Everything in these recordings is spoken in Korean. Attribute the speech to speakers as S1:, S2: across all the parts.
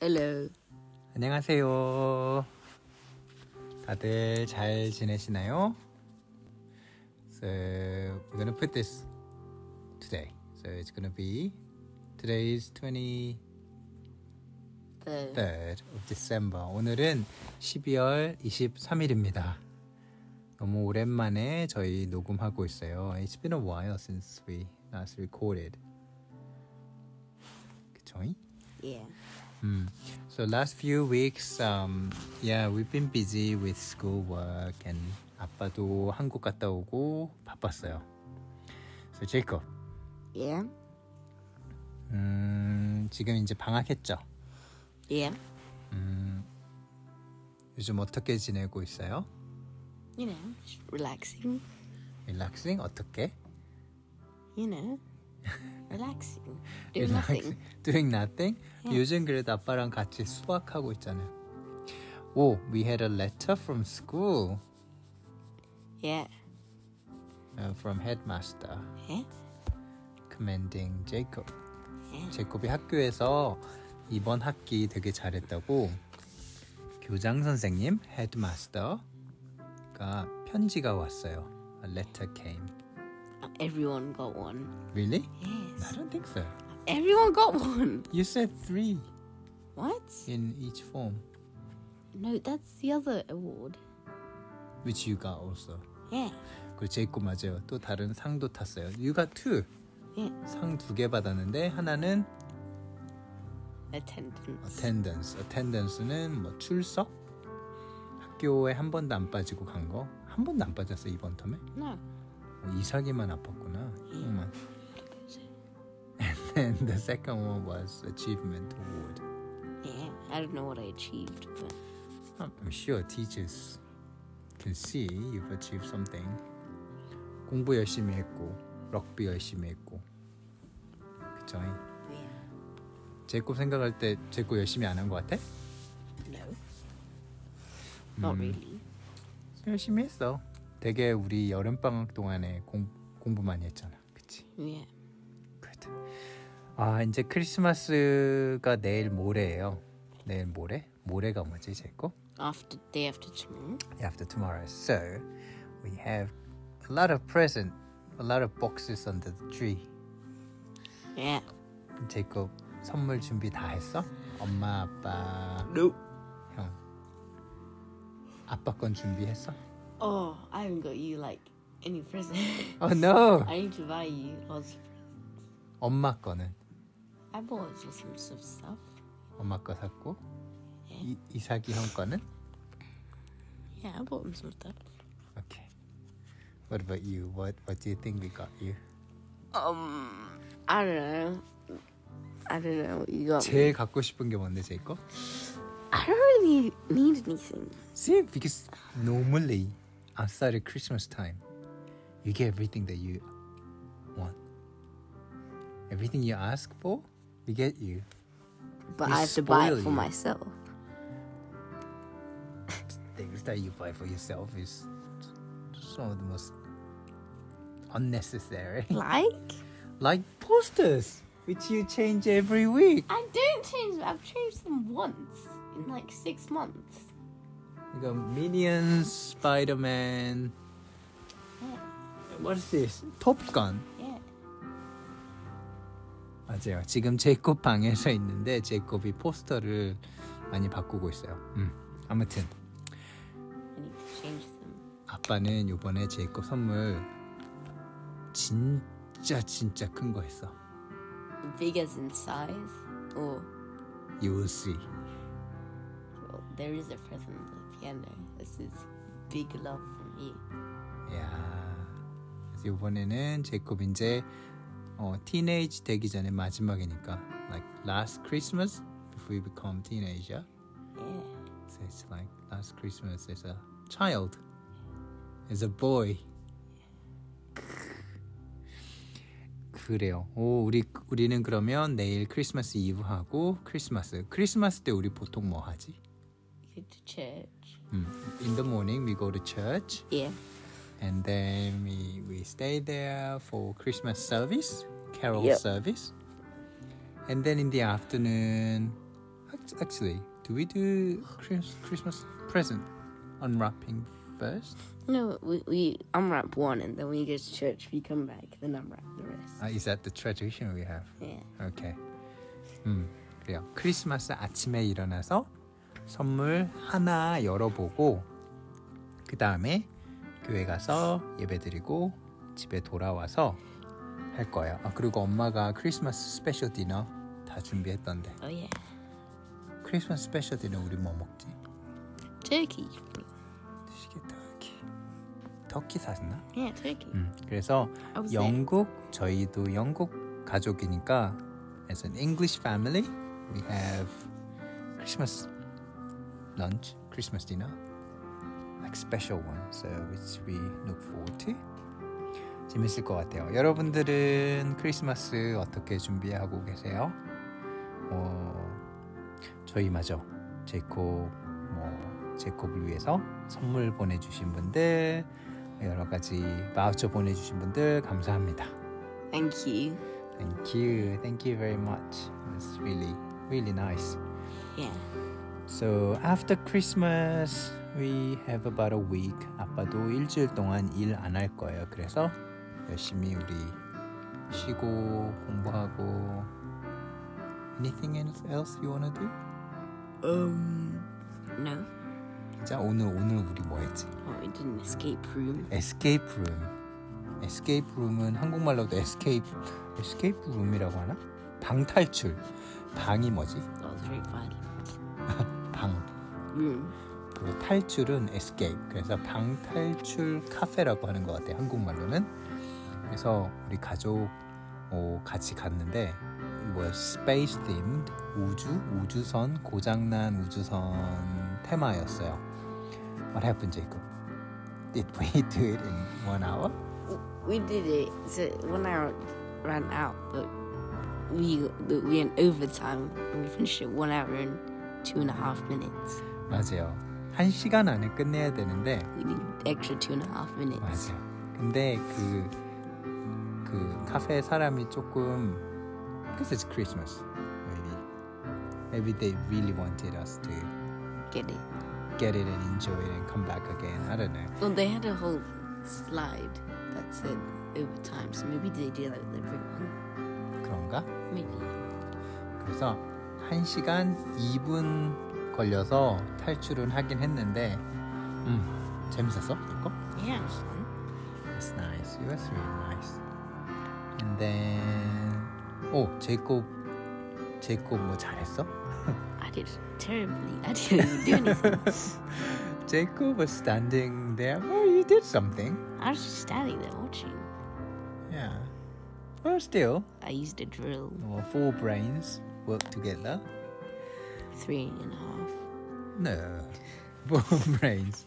S1: Hello.
S2: 안녕하세요. 다들 잘 지내시나요? So we're gonna put this today. So it's gonna be today's 23rd
S1: 네.
S2: of December. 오늘은 12월 23일입니다. 너무 오랜만에 저희 녹음하고 있어요. It's been a while since we last recorded. 그쵸?
S1: Yeah.
S2: Mm. So last few weeks, um, yeah, we've been busy with school work and 아빠도 한국 갔다 오고 바빴어요. So Jacob,
S1: Yeah.
S2: 음, 지금 이제 방학했죠.
S1: Yeah.
S2: 요즘 어떻게 지내고 있어요?
S1: You know, just relaxing.
S2: 릴락싱 어떻게?
S1: You know, relaxing. Doing
S2: Relaxing.
S1: nothing.
S2: Doing nothing.
S1: Yeah.
S2: 요즘 그래도 아빠랑 같이 수학하고 있잖아요. Oh, we had a letter from school,
S1: Yeah.
S2: uh, from headmaster.
S1: Yeah.
S2: commending Jacob.
S1: 예.
S2: 제이콥이 학교에서 이번 학기 되게 잘했다고 교장 선생님, 헤드마스터가 편지가 왔어요. A letter came.
S1: Everyone got one.
S2: Really? I
S1: Yes.
S2: don't think so.
S1: Everyone got one.
S2: You said three
S1: What?
S2: in each form,
S1: No, that's the other award.
S2: which you got also.
S1: Yeah.
S2: 그리고 제이콥 맞아요. 또 다른 상도 탔어요. You got two.
S1: Yeah.
S2: 상 두 개 받았는데 하나는
S1: Attendance.
S2: attendance. attendance는 뭐 출석? 학교에 한 번도 안 빠지고 간 거? 한 번도 안 빠졌어 이번 텀에?
S1: No.
S2: 어, 이삭이만 아팠구나. 형만. And then the second one was achievement award.
S1: Yeah. I don't know what I achieved, but
S2: I'm 아, I'm sure teachers can see you've achieved something. 공부 열심히 했고, 럭비 열심히 했고. 그쵸?
S1: yeah.
S2: 제곱 생각할 때 제곱 열심히 안 한 것 같아?
S1: No. Not really.
S2: 열심히 했어. 되게 우리 여름 방학 동안에 공, 공부 많이 했잖아. 그치?
S1: Yeah.
S2: Good. 아 이제 크리스마스가 내일 모레예요. 내일 모레? 모레가 뭐지 제거?
S1: After day after tomorrow.
S2: After tomorrow. So we have a lot of present, a lot of boxes under the tree.
S1: Yeah.
S2: 제거 선물 준비 다 했어? 엄마 아빠
S1: Nope.
S2: 형 아빠 건 준비했어?
S1: Oh, I haven't got you like any present.
S2: Oh no.
S1: I need to buy you lots of presents.
S2: 엄마 거는
S1: I bought you some sort of stuff.
S2: 엄마 거 샀고 이, 이삭이 형 거는
S1: Yeah, I bought him some stuff.
S2: Okay. What about you? What What do you think we got you?
S1: Um, I don't know. I don't know what you got. me.
S2: 제일 갖고 싶은 게 뭔데 제 거?
S1: I don't really need anything.
S2: See, because normally outside of Christmas time, you get everything that you want. Everything you ask for, we get you.
S1: But
S2: We
S1: I have to buy
S2: spoil
S1: it for
S2: you.
S1: myself.
S2: Things that you buy for yourself is some of the most unnecessary.
S1: Like?
S2: like posters, which you change every week.
S1: I don't change them. I've changed them once in like six months.
S2: You got Minions, Spider Man. 어,
S1: Yeah,
S2: What is this? Top Gun.
S1: yeah.
S2: 맞아요. 지금 제이콥 방에서 있는데 제이콥이 포스터를 많이 바꾸고 있어요. 음. 아무튼
S1: I need to change them.
S2: 아빠는 요번에 제이콥 선물 진짜 진짜 큰 거 했어.
S1: Big as in size. Or
S2: You will see.
S1: well, there is a present on the piano. This is big love from me.
S2: 야. 그래서 요번에는 제이콥 이제 어, 티네이지 되기 전에 마지막이니까 like last Christmas before you become teenager.
S1: Yeah.
S2: So it's like last Christmas as a child, as a boy. 그래요. 오, 우리 우리는 그러면 내일 크리스마스 이브 하고 크리스마스. 크리스마스 때 우리 보통 뭐 하지?
S1: Go to church.
S2: 음, in the morning we go to church
S1: Yeah.
S2: and then we we stay there for Christmas service, carol
S1: Yep.
S2: service. And then in the afternoon 학- Yes, actually, do we do Chris- Christmas present unwrapping first?
S1: No, we, we unwrap one and then we go to church, we come back, then unwrap the rest.
S2: Uh, is that the tradition we have?
S1: Yeah.
S2: Okay. 음, 그래요. 크리스마스 아침에 일어나서 선물 하나 열어보고 그 다음에 교회 가서 예배드리고 집에 돌아와서 할 거예요. 아, 그리고 엄마가 크리스마스 스페셜 디너 다 준비했던데
S1: Oh, yeah.
S2: 크리스마스 스페셜 디너 우리 뭐 먹지?
S1: Turkey.
S2: 시계 터키 터키 샀나?
S1: Yeah, turkey.
S2: 음, 그래서
S1: I was there.
S2: 영국 저희도 영국 가족이니까 as an English family we have Christmas lunch, Christmas dinner, like special one, so which we look forward to. 재밌을 것 같아요. 여러분들은 크리스마스 어떻게 준비하고 계세요? 어, 저희 마저 제콥 뭐 제콥을 위해서 선물 보내주신 분들 여러 가지 마우처 보내주신 분들 감사합니다.
S1: Thank you.
S2: Thank you, thank you very much. It's really really nice.
S1: Yeah.
S2: So after Christmas, we have about a week. 아빠도 일주일 동안 일 안 할 거예요. 그래서 열심히 우리 쉬고 공부하고 anything else you wanna do?
S1: Um. No.
S2: 자 오늘 오늘 우리 뭐 했지?
S1: Oh, we did an escape room.
S2: 에스케이프 룸. 에스케이프 룸은 한국말로도 에스케이프 에스케이프 룸이라고 하나? 방 탈출. 방이 뭐지?
S1: That was very Mm. violent.
S2: 방.
S1: Room.
S2: 그리고 탈출은 에스케이프. 그래서 방 탈출 카페라고 하는 것 같아요. 한국말로는. 그래서 우리 가족 어, 같이 갔는데 it was space themed 우주 우주선 고장난 우주선 테마였어요. What happened, Jacob? Did we do it in one hour?
S1: We did it. So one hour ran out, but we we went overtime and we finished it one hour and two and a half minutes.
S2: 맞아요. 한 시간 안에 끝내야 되는데
S1: We did extra two and a half minutes.
S2: 맞아요. 근데 그, 그 카페 사람이 조금 because it's Christmas maybe maybe they really wanted us to
S1: Get it?
S2: get it and enjoy it and come back again. I don't know.
S1: Well, they had a whole slide that said overtime, so maybe they do that with everyone.
S2: 그런가?
S1: Maybe.
S2: 그래서 1시간 2분 걸려서 탈출은 하긴 했는데 음, 재밌었어? 이거?
S1: Yeah.
S2: It's nice. It was really nice. And then 오 제이콥 제이콥 뭐 잘했어?
S1: I did terribly. I didn't do anything.
S2: 제이콥 was standing there. Well, you did something.
S1: I was just standing there watching.
S2: Yeah. Well, still,
S1: I used a drill,
S2: our four brains work together.
S1: three and a half.
S2: No. four brains.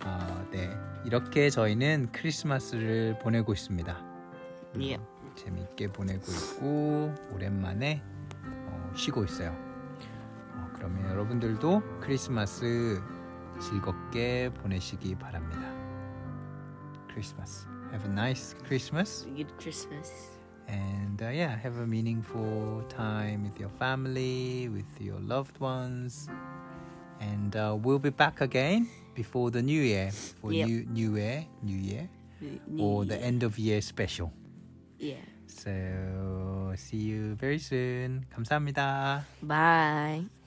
S2: 아, 네. 이렇게 저희는 크리스마스를 보내고 있습니다.
S1: Yep.
S2: 재밌게 보내고 있고 오랜만에 어, 쉬고 있어요. 어, 그러면 여러분들도 크리스마스 즐겁게 보내시기 바랍니다. 크리스마스. Have a nice Christmas
S1: Good Christmas.
S2: and uh, yeah, have a meaningful time with your family, with your loved ones. And uh, we'll be back again before the new year, for
S1: Yep.
S2: new new year, new year,
S1: New
S2: or the
S1: Year.
S2: end of year special.
S1: Yeah.
S2: So see you very soon. 감사합니다.
S1: Bye.